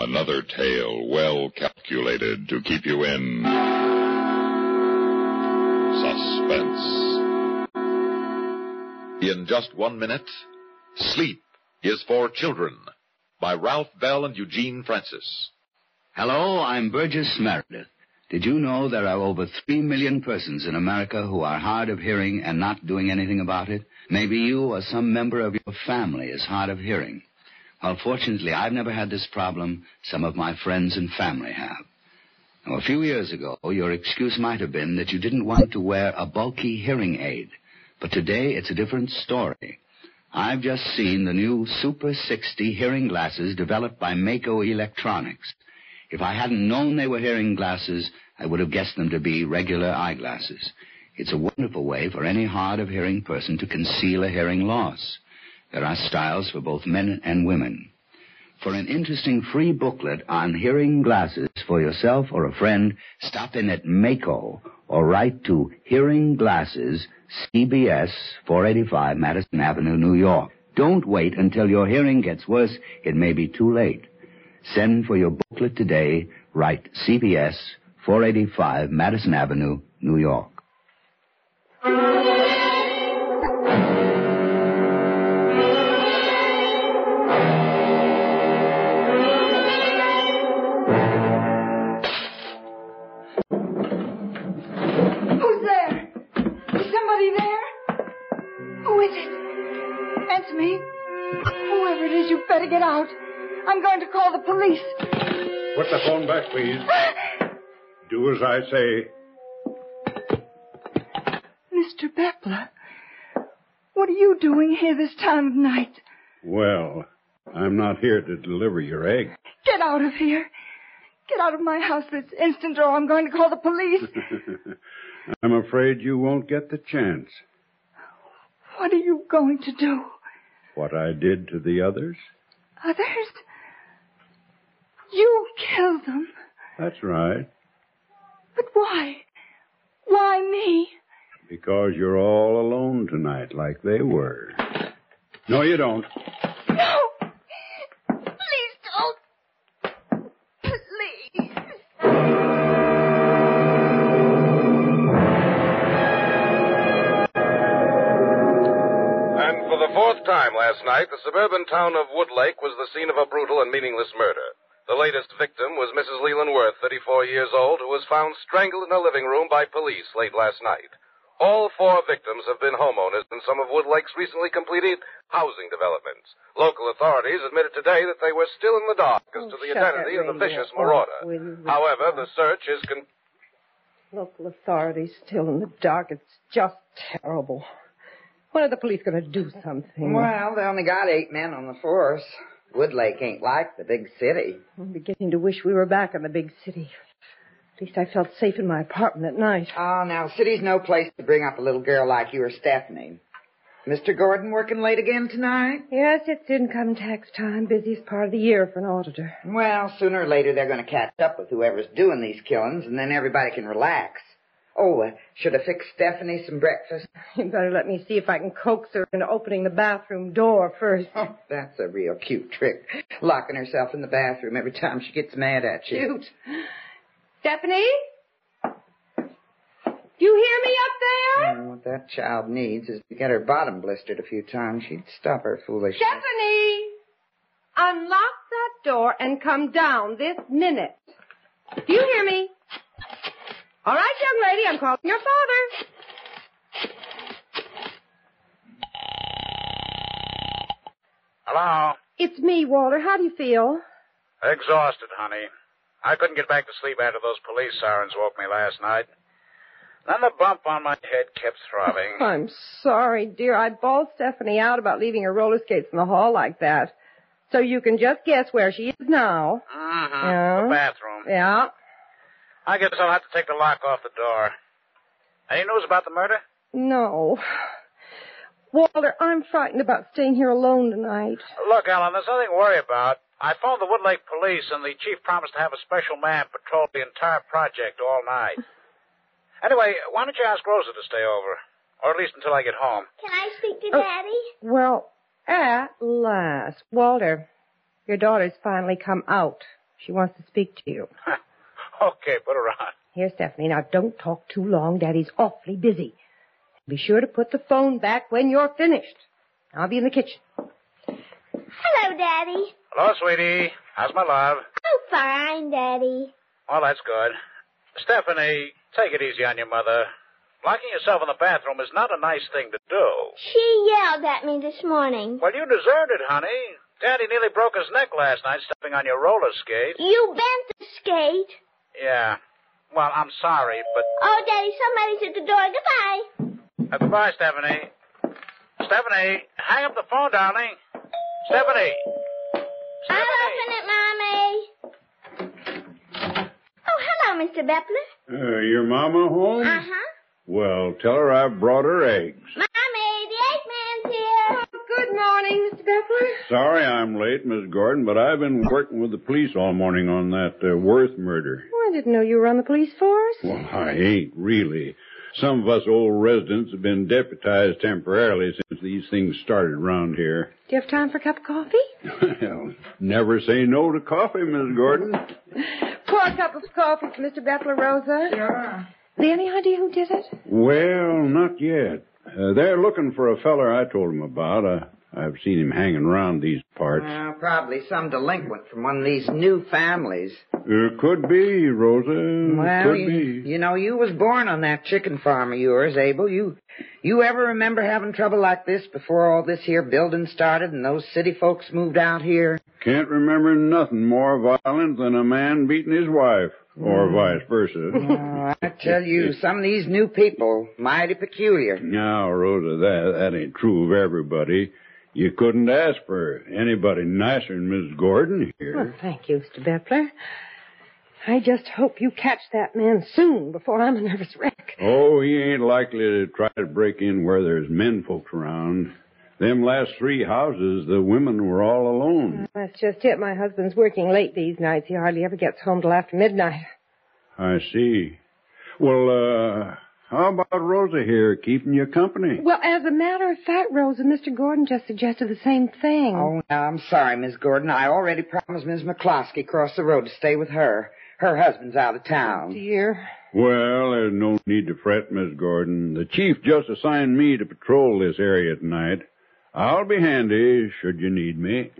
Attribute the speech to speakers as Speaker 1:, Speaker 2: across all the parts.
Speaker 1: Another tale well calculated to keep you in suspense. In just one minute, Sleep is for Children by Ralph Bell and Eugene Francis.
Speaker 2: Hello, I'm Burgess Meredith. Did you know there are over three million persons in America who are hard of hearing and not doing anything about it? Maybe you or some member of your family is hard of hearing. Well, fortunately, I've never had this problem. Some of my friends and family have. Now, a few years ago, your excuse might have been that you didn't want to wear a bulky hearing aid. But today, it's a different story. I've just seen the new Super 60 hearing glasses developed by Mako Electronics. If I hadn't known they were hearing glasses, I would have guessed them to be regular eyeglasses. It's a wonderful way for any hard of hearing person to conceal a hearing loss. There are styles for both men and women. For an interesting free booklet on hearing glasses for yourself or a friend, stop in at Mako or write to Hearing Glasses, CBS, 485 Madison Avenue, New York. Don't wait until your hearing gets worse. It may be too late. Send for your booklet today. Write CBS, 485 Madison Avenue, New York.
Speaker 3: Who's there? Is somebody there? Who is it? Answer me. Whoever it is, you better get out. I'm going to call the police.
Speaker 4: Put the phone back, please. Do as I say.
Speaker 3: Mr. Bepler, what are you doing here this time of night?
Speaker 4: Well, I'm not here to deliver your egg.
Speaker 3: Get out of here. Get out of my house this instant, or I'm going to call the police.
Speaker 4: I'm afraid you won't get the chance.
Speaker 3: what are you going to do?
Speaker 4: What I did to the others?
Speaker 3: Others? You killed them.
Speaker 4: That's right,
Speaker 3: But why? Why me?
Speaker 4: because you're all alone tonight, like they were. No, you don't.
Speaker 3: No! Please don't! Please!
Speaker 5: And for the fourth time last night, the suburban town of Woodlake was the scene of a brutal and meaningless murder. The latest victim was Mrs. Leland Worth, 34 years old, who was found strangled in her living room by police late last night. All four victims have been homeowners in some of Woodlake's recently completed housing developments. Local authorities admitted today that they were still in the dark as to the
Speaker 6: shut that
Speaker 5: identity of the
Speaker 6: radio
Speaker 5: vicious
Speaker 6: off
Speaker 5: marauder.
Speaker 6: when you-
Speaker 5: However, the search is con-
Speaker 6: Local authorities still in the dark. It's just terrible. When are the police going to do something?
Speaker 7: Well, they only got eight men on the force. Woodlake ain't like the big city.
Speaker 6: I'm beginning to wish we were back in the big city. At least I felt safe in my apartment at night.
Speaker 7: Oh, now, city's no place to bring up a little girl like you or Stephanie. Mr. Gordon working late again tonight?
Speaker 6: Yes, it's income tax time, busiest part of the year for an auditor.
Speaker 7: Well, sooner or later they're going to catch up with whoever's doing these killings, and then everybody can relax. Oh, uh, should I fix Stephanie some breakfast?
Speaker 6: You better let me see if I can coax her into opening the bathroom door first.
Speaker 7: Oh, that's a real cute trick. Locking herself in the bathroom every time she gets mad at you.
Speaker 6: Cute. Stephanie? You hear me up there?
Speaker 7: And Mm, what that child needs is to get her bottom blistered a few times. She'd stop her foolishness.
Speaker 6: Stephanie! Unlock that door and come down this minute. Do you hear me? All right, young lady, I'm calling your father.
Speaker 5: Hello?
Speaker 6: It's me, Walter. How do you feel?
Speaker 5: Exhausted, honey. I couldn't get back to sleep after those police sirens woke me last night. Then the bump on my head kept throbbing.
Speaker 6: I'm sorry, dear. I bawled Stephanie out about leaving her roller skates in the hall like that. So you can just guess where she is now.
Speaker 8: Mm-hmm.
Speaker 6: Yeah.
Speaker 8: The bathroom.
Speaker 6: Yeah.
Speaker 8: I guess I'll have to take the lock off the door. Any news about the murder?
Speaker 6: No. Walter, I'm frightened about staying here alone tonight.
Speaker 8: Look, Alan, there's nothing to worry about. I phoned the Woodlake police, and the chief promised to have a special man patrol the entire project all night. Anyway, why don't you ask Rosa to stay over? Or at least until I get home.
Speaker 9: Can I speak to
Speaker 6: Oh.
Speaker 9: Daddy?
Speaker 6: Well, at last. Walter, your daughter's finally come out. She wants to speak to you.
Speaker 8: Okay, put her on.
Speaker 6: Here, Stephanie, now don't talk too long. Daddy's awfully busy. Be sure to put the phone back when you're finished. I'll be in the kitchen.
Speaker 9: Hello, Daddy.
Speaker 8: Hello, sweetie. How's my love?
Speaker 9: I'm fine, Daddy.
Speaker 8: Well, Oh, that's good. Stephanie, take it easy on your mother. Locking yourself in the bathroom is not a nice thing to do.
Speaker 9: She yelled at me this morning.
Speaker 8: Well, you deserved it, honey. Daddy nearly broke his neck last night stepping on your roller skate.
Speaker 9: You bent the skate.
Speaker 8: Yeah. Well, I'm sorry, but.
Speaker 9: Oh, Daddy, somebody's at the door. Goodbye.
Speaker 8: Uh, goodbye, Stephanie. Stephanie, hang up the phone, darling. Stephanie.
Speaker 9: I'll open it, Mommy. Oh, hello, Mr. Bepler.
Speaker 4: Uh, your mama home?
Speaker 9: Uh huh.
Speaker 4: Well, tell her I've brought her eggs.
Speaker 9: Mommy, the egg man's here.
Speaker 6: Good morning, Mr. Bepler.
Speaker 4: Sorry I'm late, Miss Gordon, but I've been working with the police all morning on that uh, Worth murder.
Speaker 6: Oh, I didn't know you were on the police force.
Speaker 4: Well, I ain't really. Some of us old residents have been deputized temporarily since these things started around here.
Speaker 6: Do you have time for a cup of coffee?
Speaker 4: Well, never say no to coffee, Miss Gordon.
Speaker 6: Pour a cup of coffee for Mr. Bepler, Rosa. Yeah. Any idea who did it?
Speaker 4: Well, not yet. Uh, they're looking for a feller I told 'em about. Uh, I've seen him hanging around these parts.
Speaker 7: Well, probably some delinquent from one of these new families.
Speaker 4: Uh, could be, Rosa.
Speaker 7: Well,
Speaker 4: Hmm, could
Speaker 7: you,
Speaker 4: be.
Speaker 7: you know, you was born on that chicken farm of yours, Abel. You, you ever remember having trouble like this before all this here building started and those city folks moved out here?
Speaker 4: Can't remember nothing more violent than a man beating his wife, or vice versa.
Speaker 7: Oh, I tell you, some of these new people, mighty peculiar.
Speaker 4: now, Rosa, that, that ain't true of everybody. You couldn't ask for anybody nicer than Mrs. Gordon
Speaker 6: Well,
Speaker 4: here.
Speaker 6: Oh, thank you, Mr. Bepler. I just hope you catch that man soon before I'm a nervous wreck.
Speaker 4: Oh, he ain't likely to try to break in where there's men folks around. Them last three houses, the women were all alone.
Speaker 6: That's just it. My husband's working late these nights. He hardly ever gets home till after midnight.
Speaker 4: I see. Well, uh, how about Rosa here keeping you company?
Speaker 6: Well, as a matter of fact, Rosa, Mr. Gordon just suggested the same thing.
Speaker 7: Oh, now, I'm sorry, Miss Gordon. I already promised Miss McCloskey across the road to stay with her. Her husband's out of town.
Speaker 6: dear.
Speaker 4: Well, there's no need to fret, Miss Gordon. The chief just assigned me to patrol this area tonight. I'll be handy should you need me.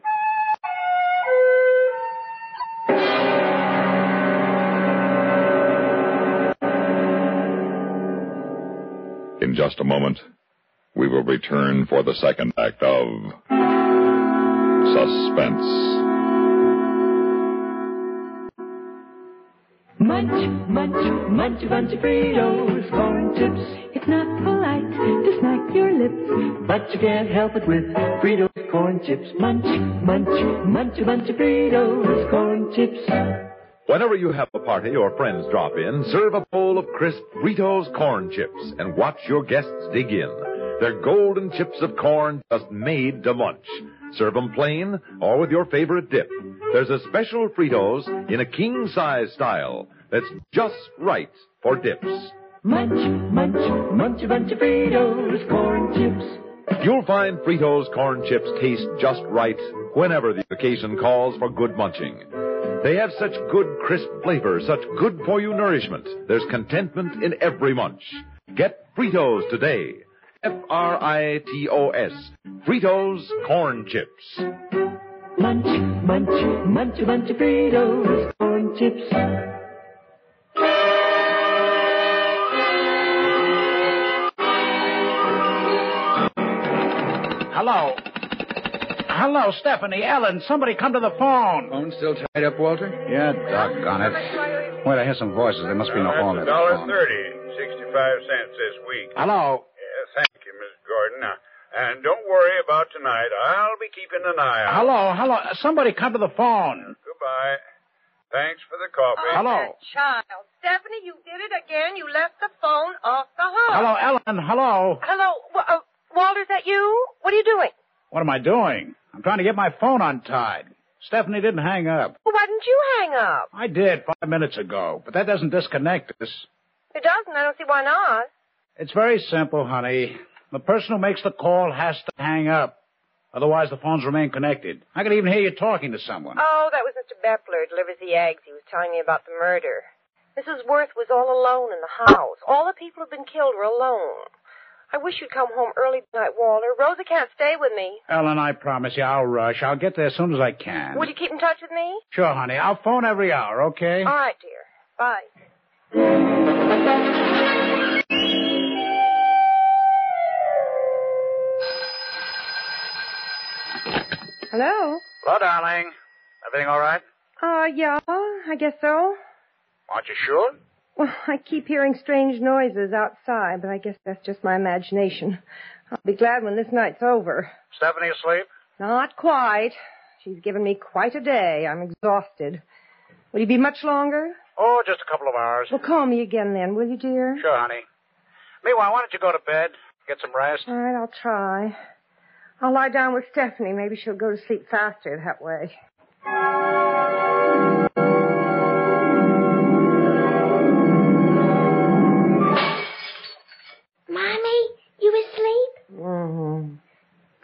Speaker 1: In just a moment, we will return for the second act of Suspense.
Speaker 10: Munch, munch, munch a bunch of Fritos, corn chips. It's not polite to smack your lips, but you can't help it with Fritos, corn chips. Munch, munch, munch a bunch of Fritos, corn chips.
Speaker 11: Whenever you have a party or friends drop in, serve a bowl of crisp Fritos corn chips and watch your guests dig in. They're golden chips of corn just made to munch. Serve 'em plain or with your favorite dip. There's a special Fritos in a king size style that's just right for dips.
Speaker 10: Munch, munch, munch a bunch of Fritos, corn chips.
Speaker 11: You'll find Fritos corn chips taste just right whenever the occasion calls for good munching. They have such good crisp flavor, such good for you nourishment. There's contentment in every munch. Get Fritos today. F R I T O S. Fritos corn chips.
Speaker 10: Munch, munch, munch a bunch of Fritos, corn chips.
Speaker 12: Hello. Hello, Stephanie, Ellen, somebody come to the phone. Phone still tied up, Walter? Yeah, doggone it. Wait, I hear some voices. There must be no phone.
Speaker 13: That's a
Speaker 12: at the
Speaker 13: dollar
Speaker 12: phone.
Speaker 13: thirty, sixty-five cents this week.
Speaker 12: Hello.
Speaker 13: Yeah, thank you, Miss Gordon. Now,
Speaker 4: And don't worry about tonight. I'll be keeping an eye out.
Speaker 8: Hello, hello. Somebody come to the phone.
Speaker 4: Goodbye. Thanks for the coffee.
Speaker 8: Hello.
Speaker 6: Oh, Child, Stephanie, you did it again. You left the phone off the hook.
Speaker 8: Hello, Ellen. Hello.
Speaker 6: Hello, Wa- uh, Walter, is that you? What are you doing?
Speaker 8: What am I doing? I'm trying to get my phone untied. Stephanie didn't hang up.
Speaker 6: Well, why didn't you hang up?
Speaker 8: I did five minutes ago, but that doesn't disconnect us.
Speaker 6: It doesn't. I don't see why not.
Speaker 8: It's very simple, honey. The person who makes the call has to hang up. Otherwise, the phones remain connected. I can even hear you talking to someone.
Speaker 6: Oh, that was Mr. Bepler who delivers the eggs. He was telling me about the murder. Mrs. Worth was all alone in the house. All the people who've been killed were alone. I wish you'd come home early tonight, Walter. Rosa can't stay with me.
Speaker 8: Ellen, I promise you I'll rush. I'll get there as soon as I can.
Speaker 6: Will you keep in touch with me?
Speaker 8: Sure, honey. I'll phone every hour, okay?
Speaker 6: All right, dear. Bye. Hello?
Speaker 14: Hello, darling. Everything all right?
Speaker 6: Uh, yeah, I guess so.
Speaker 14: Aren't you sure?
Speaker 6: Well, I keep hearing strange noises outside, but I guess that's just my imagination. I'll be glad when this night's over.
Speaker 14: Stephanie asleep?
Speaker 6: Not quite. She's given me quite a day. I'm exhausted. Will you be much longer?
Speaker 14: Oh, just a couple of hours.
Speaker 6: Well, call me again then, will you, dear?
Speaker 14: Sure, honey. Meanwhile, why don't you go to bed, get some rest?
Speaker 6: All right, I'll try. I'll lie down with Stephanie. Maybe she'll go to sleep faster that way.
Speaker 9: Mommy, you asleep?
Speaker 6: Mm-hmm.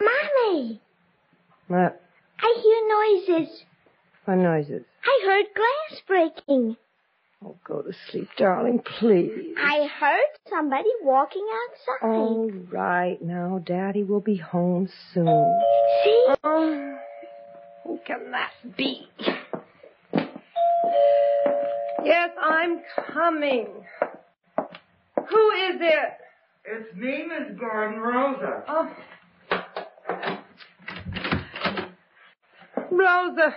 Speaker 9: Mommy,
Speaker 6: What,
Speaker 9: I hear noises.
Speaker 6: what noises?
Speaker 9: I heard glass breaking.
Speaker 6: Oh, go to sleep, darling, please.
Speaker 9: I heard somebody walking outside.
Speaker 6: All right, now Daddy will be home soon.
Speaker 9: See?
Speaker 6: Oh. who can that be? Yes, I'm coming. Who is it?
Speaker 7: It's me, Miss Gordon Rosa.
Speaker 6: Oh. Rosa,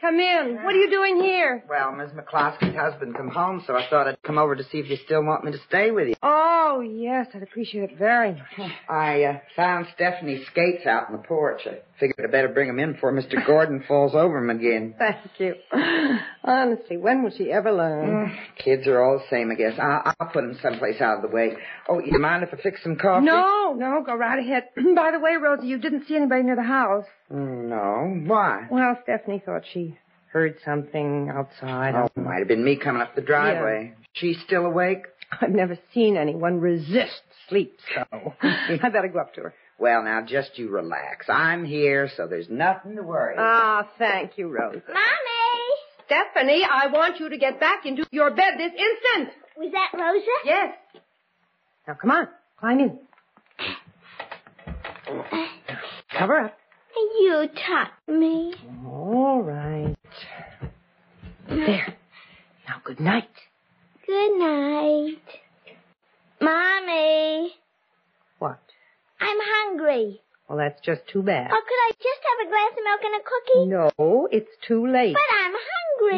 Speaker 6: come in. What are you doing here?
Speaker 7: Well, Miss McCloskey's husband come home, so I thought I'd come over to see if you still want me to stay with you.
Speaker 6: Oh, yes, I'd appreciate it very much.
Speaker 7: I uh, found Stephanie's skates out on the porch. I figured I better bring 'em in before Mr. Gordon falls over 'em again.
Speaker 6: Thank you. Honestly, when will she ever
Speaker 7: Mm.
Speaker 6: learn?
Speaker 7: Kids are all the same, I guess. I- I'll put 'em someplace out of the way. Oh, you mind if I fix some coffee?
Speaker 6: No, no, go right ahead. By the way, Rosa, you didn't see anybody near the house.
Speaker 7: Mm, No. Why?
Speaker 6: Well, Stephanie thought she heard something outside.
Speaker 7: Oh, might have been me coming up the driveway. She's still awake?
Speaker 6: I've never seen anyone resist sleep
Speaker 7: Oh.
Speaker 6: so. I better go up to her.
Speaker 7: Well, now, just you relax. I'm here, so there's nothing to worry.
Speaker 6: Ah, thank you, Rosa.
Speaker 9: Mommy!
Speaker 6: Stephanie, I want you to get back into your bed this instant.
Speaker 9: Was that Rosa?
Speaker 6: Yes. Now, come on. Climb in. Cover up.
Speaker 9: You taught me.
Speaker 6: All right. There. Now, good night.
Speaker 9: Good night. Mommy,
Speaker 6: What?
Speaker 9: I'm hungry.
Speaker 6: Well, that's just too bad.
Speaker 9: Oh, could I just have a glass of milk and a cookie?
Speaker 6: No, it's too late.
Speaker 9: But I'm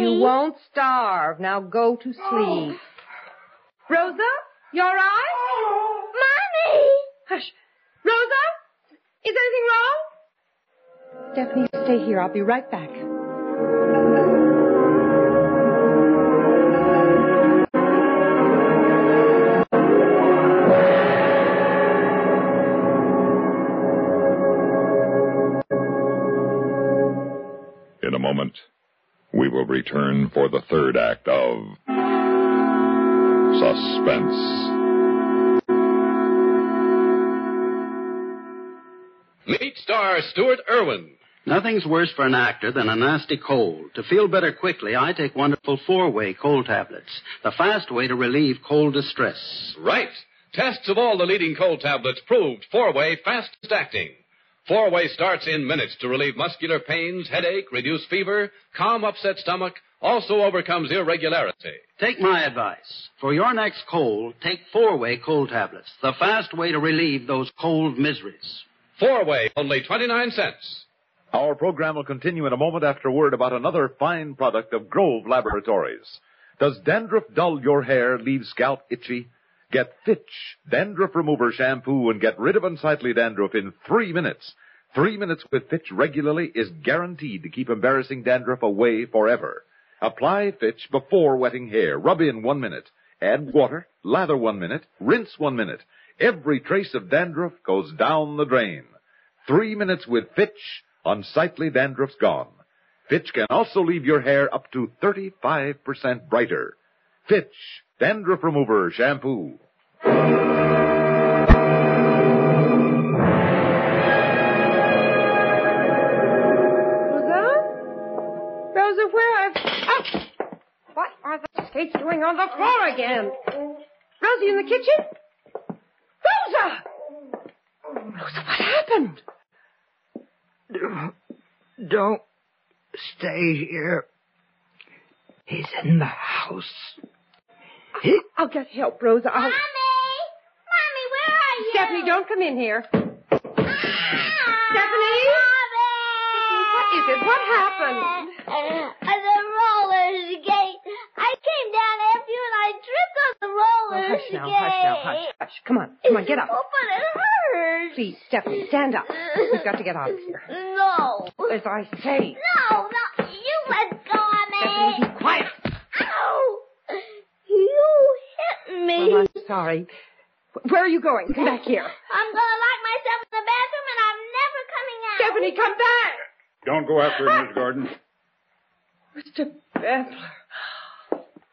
Speaker 9: hungry.
Speaker 6: You won't starve. Now go to sleep. Rosa, you all right?
Speaker 9: Mommy!
Speaker 6: Hush. Rosa, is anything wrong? Stephanie, stay here. I'll be right back.
Speaker 1: In a moment, we will return for the third act of Suspense.
Speaker 15: Meet star Stuart Irwin.
Speaker 16: Nothing's worse for an actor than a nasty cold. To feel better quickly, I take wonderful four-way cold tablets, the fast way to relieve cold distress.
Speaker 15: Right. Tests of all the leading cold tablets proved four way fastest acting. Four way starts in minutes to relieve muscular pains, headache, reduce fever, calm upset stomach, also overcomes irregularity.
Speaker 16: Take my advice. For your next cold, take four way cold tablets, the fast way to relieve those cold miseries.
Speaker 15: Four way, only 29 cents.
Speaker 11: Our program will continue in a moment after a word about another fine product of Grove Laboratories. Does dandruff dull your hair, leave scalp itchy?
Speaker 17: Get Fitch Dandruff Remover Shampoo and get rid of unsightly dandruff in three minutes. Three minutes with Fitch regularly is guaranteed to keep embarrassing dandruff away forever. Apply Fitch before wetting hair. Rub in one minute. Add water. Lather one minute. Rinse one minute. Every trace of dandruff goes down the drain. Three minutes with Fitch. Unsightly dandruff's gone. Fitch can also leave your hair up to 35% brighter. Fitch, dandruff remover shampoo.
Speaker 6: Rosa, where are... Oh! What are the skates doing on the floor again? Rosie in the kitchen? Rosa! Rosa, what happened?
Speaker 3: Don't stay here. He's in the house.
Speaker 6: I'll get help, Rosa. I'll...
Speaker 9: Mommy! Mommy, where are you?
Speaker 6: Stephanie, don't come in here. Stephanie? What is it? What happened?
Speaker 9: Uh, the roller skate. I came down after you and I tripped on the roller
Speaker 6: Oh, hush
Speaker 9: skate.
Speaker 6: now, hush now, hush, hush. Come on, come on, get up.
Speaker 9: Oh, but it hurts.
Speaker 6: Please, Stephanie, stand up. We've got to get out of here.
Speaker 9: No.
Speaker 6: As I say.
Speaker 9: No, no. You let go of me.
Speaker 6: Stephanie, be quiet.
Speaker 9: Ow! You hit me.
Speaker 6: Well, I'm sorry. Where are you going? Come back here.
Speaker 9: I'm gonna lock myself in the bathroom and I'm never coming out.
Speaker 6: Stephanie, come back!
Speaker 4: Don't go after him, Miss Gordon.
Speaker 6: Mr. Bepler.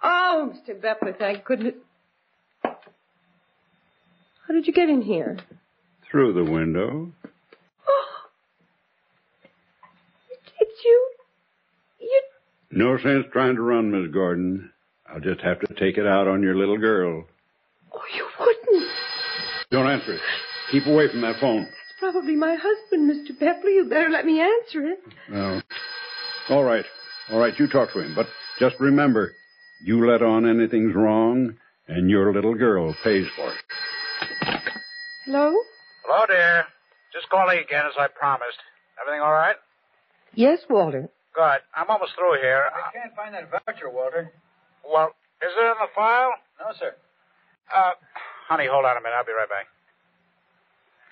Speaker 6: Oh, Mr. Bepler, thank goodness. How did you get in here?
Speaker 4: Through the window.
Speaker 6: Did you?
Speaker 4: No sense trying to run, Miss Gordon. I'll just have to take it out on your little girl.
Speaker 6: Oh, you wouldn't.
Speaker 4: Don't answer it. Keep away from that phone.
Speaker 6: It's probably my husband, Mr. Bepler. You better let me answer it.
Speaker 4: No. All right. All right, you talk to him. But just remember, you let on anything's wrong, and your little girl pays for it.
Speaker 6: Hello?
Speaker 8: Hello, dear. Just calling again as I promised. Everything all right?
Speaker 18: Yes, Walter.
Speaker 8: Good. I'm almost through here.
Speaker 19: I
Speaker 8: Uh,
Speaker 19: can't find that voucher, Walter.
Speaker 8: well, is it in the file?
Speaker 19: No, sir.
Speaker 8: Uh, honey, hold on a minute. I'll be right back.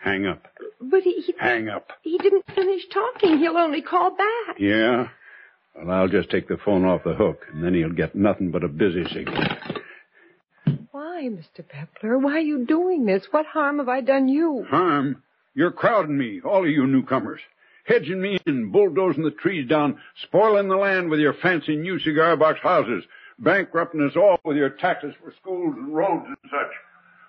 Speaker 4: Hang up.
Speaker 6: But he, he,
Speaker 4: Hang up.
Speaker 6: he didn't finish talking. He'll only call back.
Speaker 4: Yeah? Well, I'll just take the phone off the hook, and then he'll get nothing but a busy signal.
Speaker 6: Why, Mr. Pepler? Why are you doing this? What harm have I done you?
Speaker 4: Harm, you're crowding me, all of you newcomers. Hedging me in, bulldozing the trees down, spoiling the land with your fancy new cigar box houses, bankrupting us all with your taxes for schools and roads and such.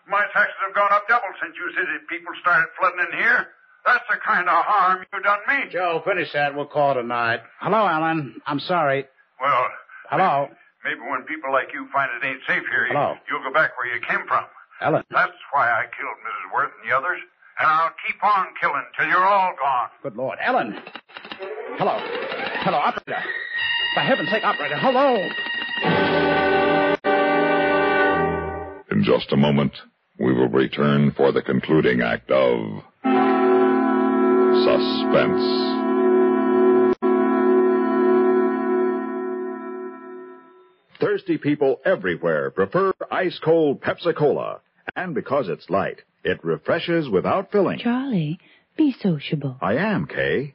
Speaker 20: My taxes have gone up double since you city people started flooding in here. That's the kind of harm you done me.
Speaker 8: Joe, finish that. We'll call tonight.
Speaker 19: Hello, Alan. I'm sorry.
Speaker 20: Well,
Speaker 19: Hello,
Speaker 20: maybe when people like you find it ain't safe here, you,
Speaker 19: Hello.
Speaker 20: you'll go back where you came from.
Speaker 19: Alan.
Speaker 20: That's why I killed Mrs. Worth and the others. And I'll keep on killing till you're all gone.
Speaker 19: Good Lord, Ellen. Hello. Hello, operator. For heaven's sake, operator. Hello.
Speaker 1: In just a moment, we will return for the concluding act of Suspense.
Speaker 17: Thirsty people everywhere prefer ice cold Pepsi Cola. And because it's light, it refreshes without filling.
Speaker 21: Charlie, be sociable.
Speaker 17: I am, Kay.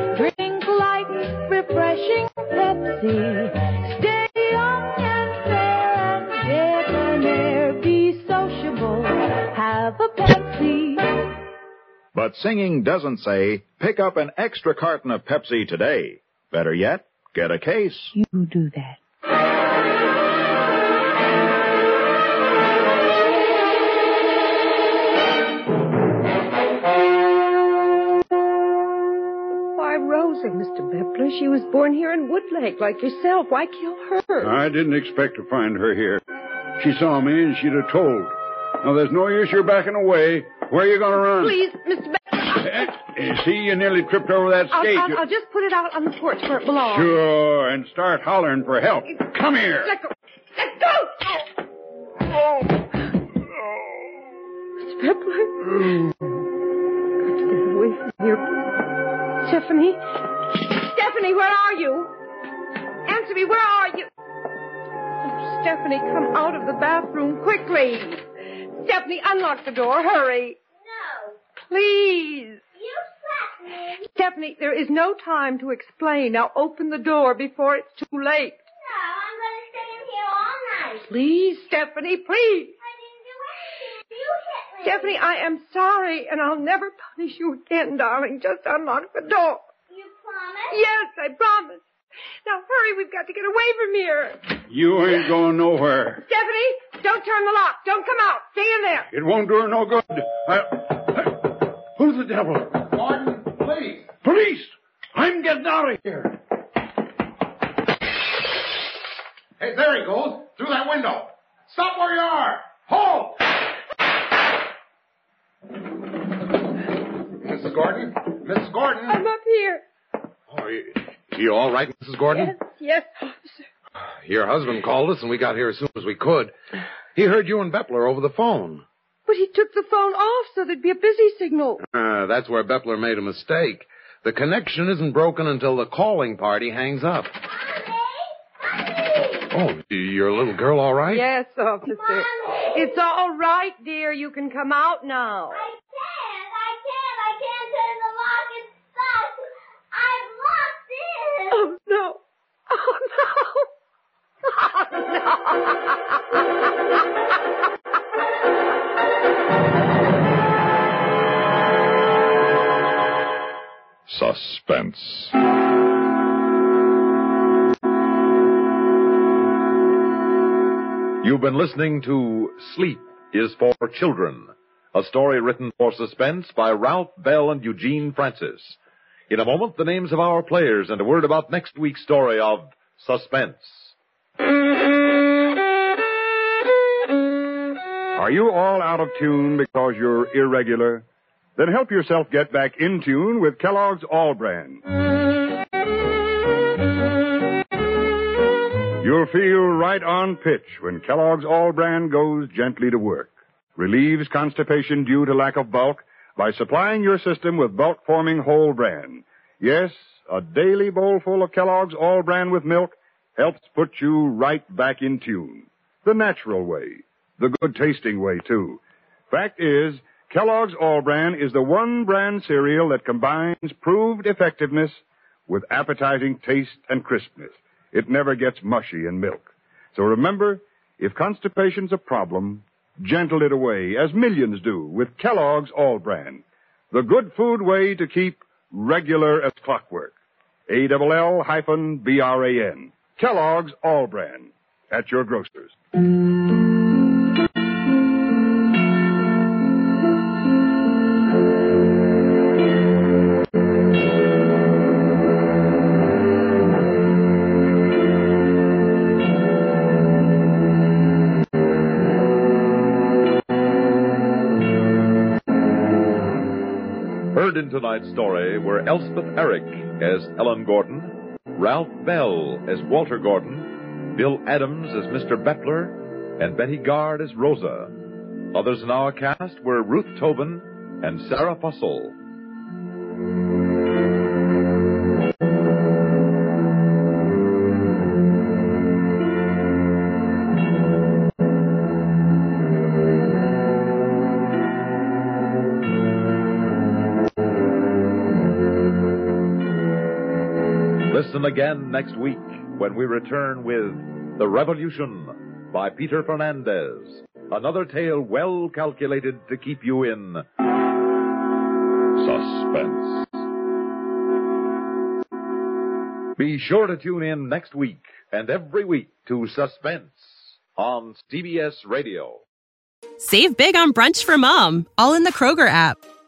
Speaker 3: Drink light, refreshing Pepsi. Stay young and fair and debonair. Be sociable. Have a Pepsi.
Speaker 17: But singing doesn't say, pick up an extra carton of Pepsi today. Better yet, get a case.
Speaker 21: You do that.
Speaker 6: Why, Rosa, Mr. Bepler? She was born here in Woodlake, like yourself. Why kill her?
Speaker 4: I didn't expect to find her here. She saw me and she'd have told. Now, there's no use your backing away. Where are you going to run?
Speaker 6: Please, Mr. Baxter.
Speaker 4: You see, you nearly tripped over that
Speaker 6: I'll,
Speaker 4: skate.
Speaker 6: I'll, I'll just put it out on the porch where it belongs.
Speaker 4: Sure, and start hollering for help. Come here.
Speaker 6: Let go. Let go. Oh. Mr. Pepler. Got to get away from here. Stephanie. Stephanie, where are you? Answer me, where are you? Oh, Stephanie, come out of the bathroom quickly. Stephanie, unlock the door. Hurry. No. Please. Stephanie, there is no time to explain. Now open the door before it's too late.
Speaker 9: I'm going to stay in here all night.
Speaker 6: Please, Stephanie, please.
Speaker 9: You hit me.
Speaker 6: Stephanie, I am sorry, and I'll never punish you again, darling. Just unlock the door.
Speaker 9: You promise?
Speaker 6: Yes, I promise. Now hurry, we've got to get away from here.
Speaker 4: You ain't going nowhere.
Speaker 6: Stephanie, don't turn the lock. Don't come out. Stay in there.
Speaker 4: It won't do her no good. I, I- who the devil?
Speaker 8: Martin, please.
Speaker 4: Police! I'm getting out of here.
Speaker 8: Hey, there he goes. Through that window. Stop where you are. Hold! Mrs. Gordon? Mrs. Gordon?
Speaker 6: I'm up here.
Speaker 12: Oh, you, you all right, Mrs. Gordon?
Speaker 6: Yes, officer.
Speaker 12: Your husband called us, and we got here as soon as we could. He heard you and Bepler over the phone.
Speaker 6: But he took the phone off so there'd be a busy signal.
Speaker 12: Uh, that's where Bepler made a mistake. The connection isn't broken until the calling party hangs up. Oh, your little girl all right?
Speaker 6: Yes, officer. It's all right, dear. You can come out now.
Speaker 9: I can't. I can't turn the lock. It's stuck. I'm locked in.
Speaker 6: Oh, no. Oh, no. Oh,
Speaker 3: Suspense.
Speaker 11: You've been listening to Sleep is for Children, a story written for suspense by Ralph Bell and Eugene Francis. In a moment, the names of our players and a word about next week's story of Suspense.
Speaker 20: Are you all out of tune because you're irregular? Then help yourself get back in tune with Kellogg's All Brand. You'll feel right on pitch when Kellogg's All Brand goes gently to work. Relieves constipation due to lack of bulk by supplying your system with bulk forming whole bran. Yes, a daily bowlful of Kellogg's All Brand with milk helps put you right back in tune. The natural way the good tasting way, too. Fact is, Kellogg's All Bran is the one brand cereal that combines proved effectiveness with appetizing taste and crispness. It never gets mushy in milk. So remember, if constipation's a problem, gentle it away, as millions do, with Kellogg's All Bran. The good food way to keep regular as clockwork. A-double-L hyphen B-R-A-N. Kellogg's All Bran. At your grocer's.
Speaker 11: Heard in tonight's story were Elspeth Eric as Ellen Gordon, Ralph Bell as Walter Gordon, Bill Adams as Mr. Bepler, and Betty Gard as Rosa. Others in our cast were Ruth Tobin and Sarah Fussell. Listen again next week when we return with The Revolution by Peter Fernandez. Another tale well calculated to keep you in suspense. Be sure to tune in next week and every week to Suspense on CBS Radio.
Speaker 22: Save big on brunch for mom, all in the Kroger app.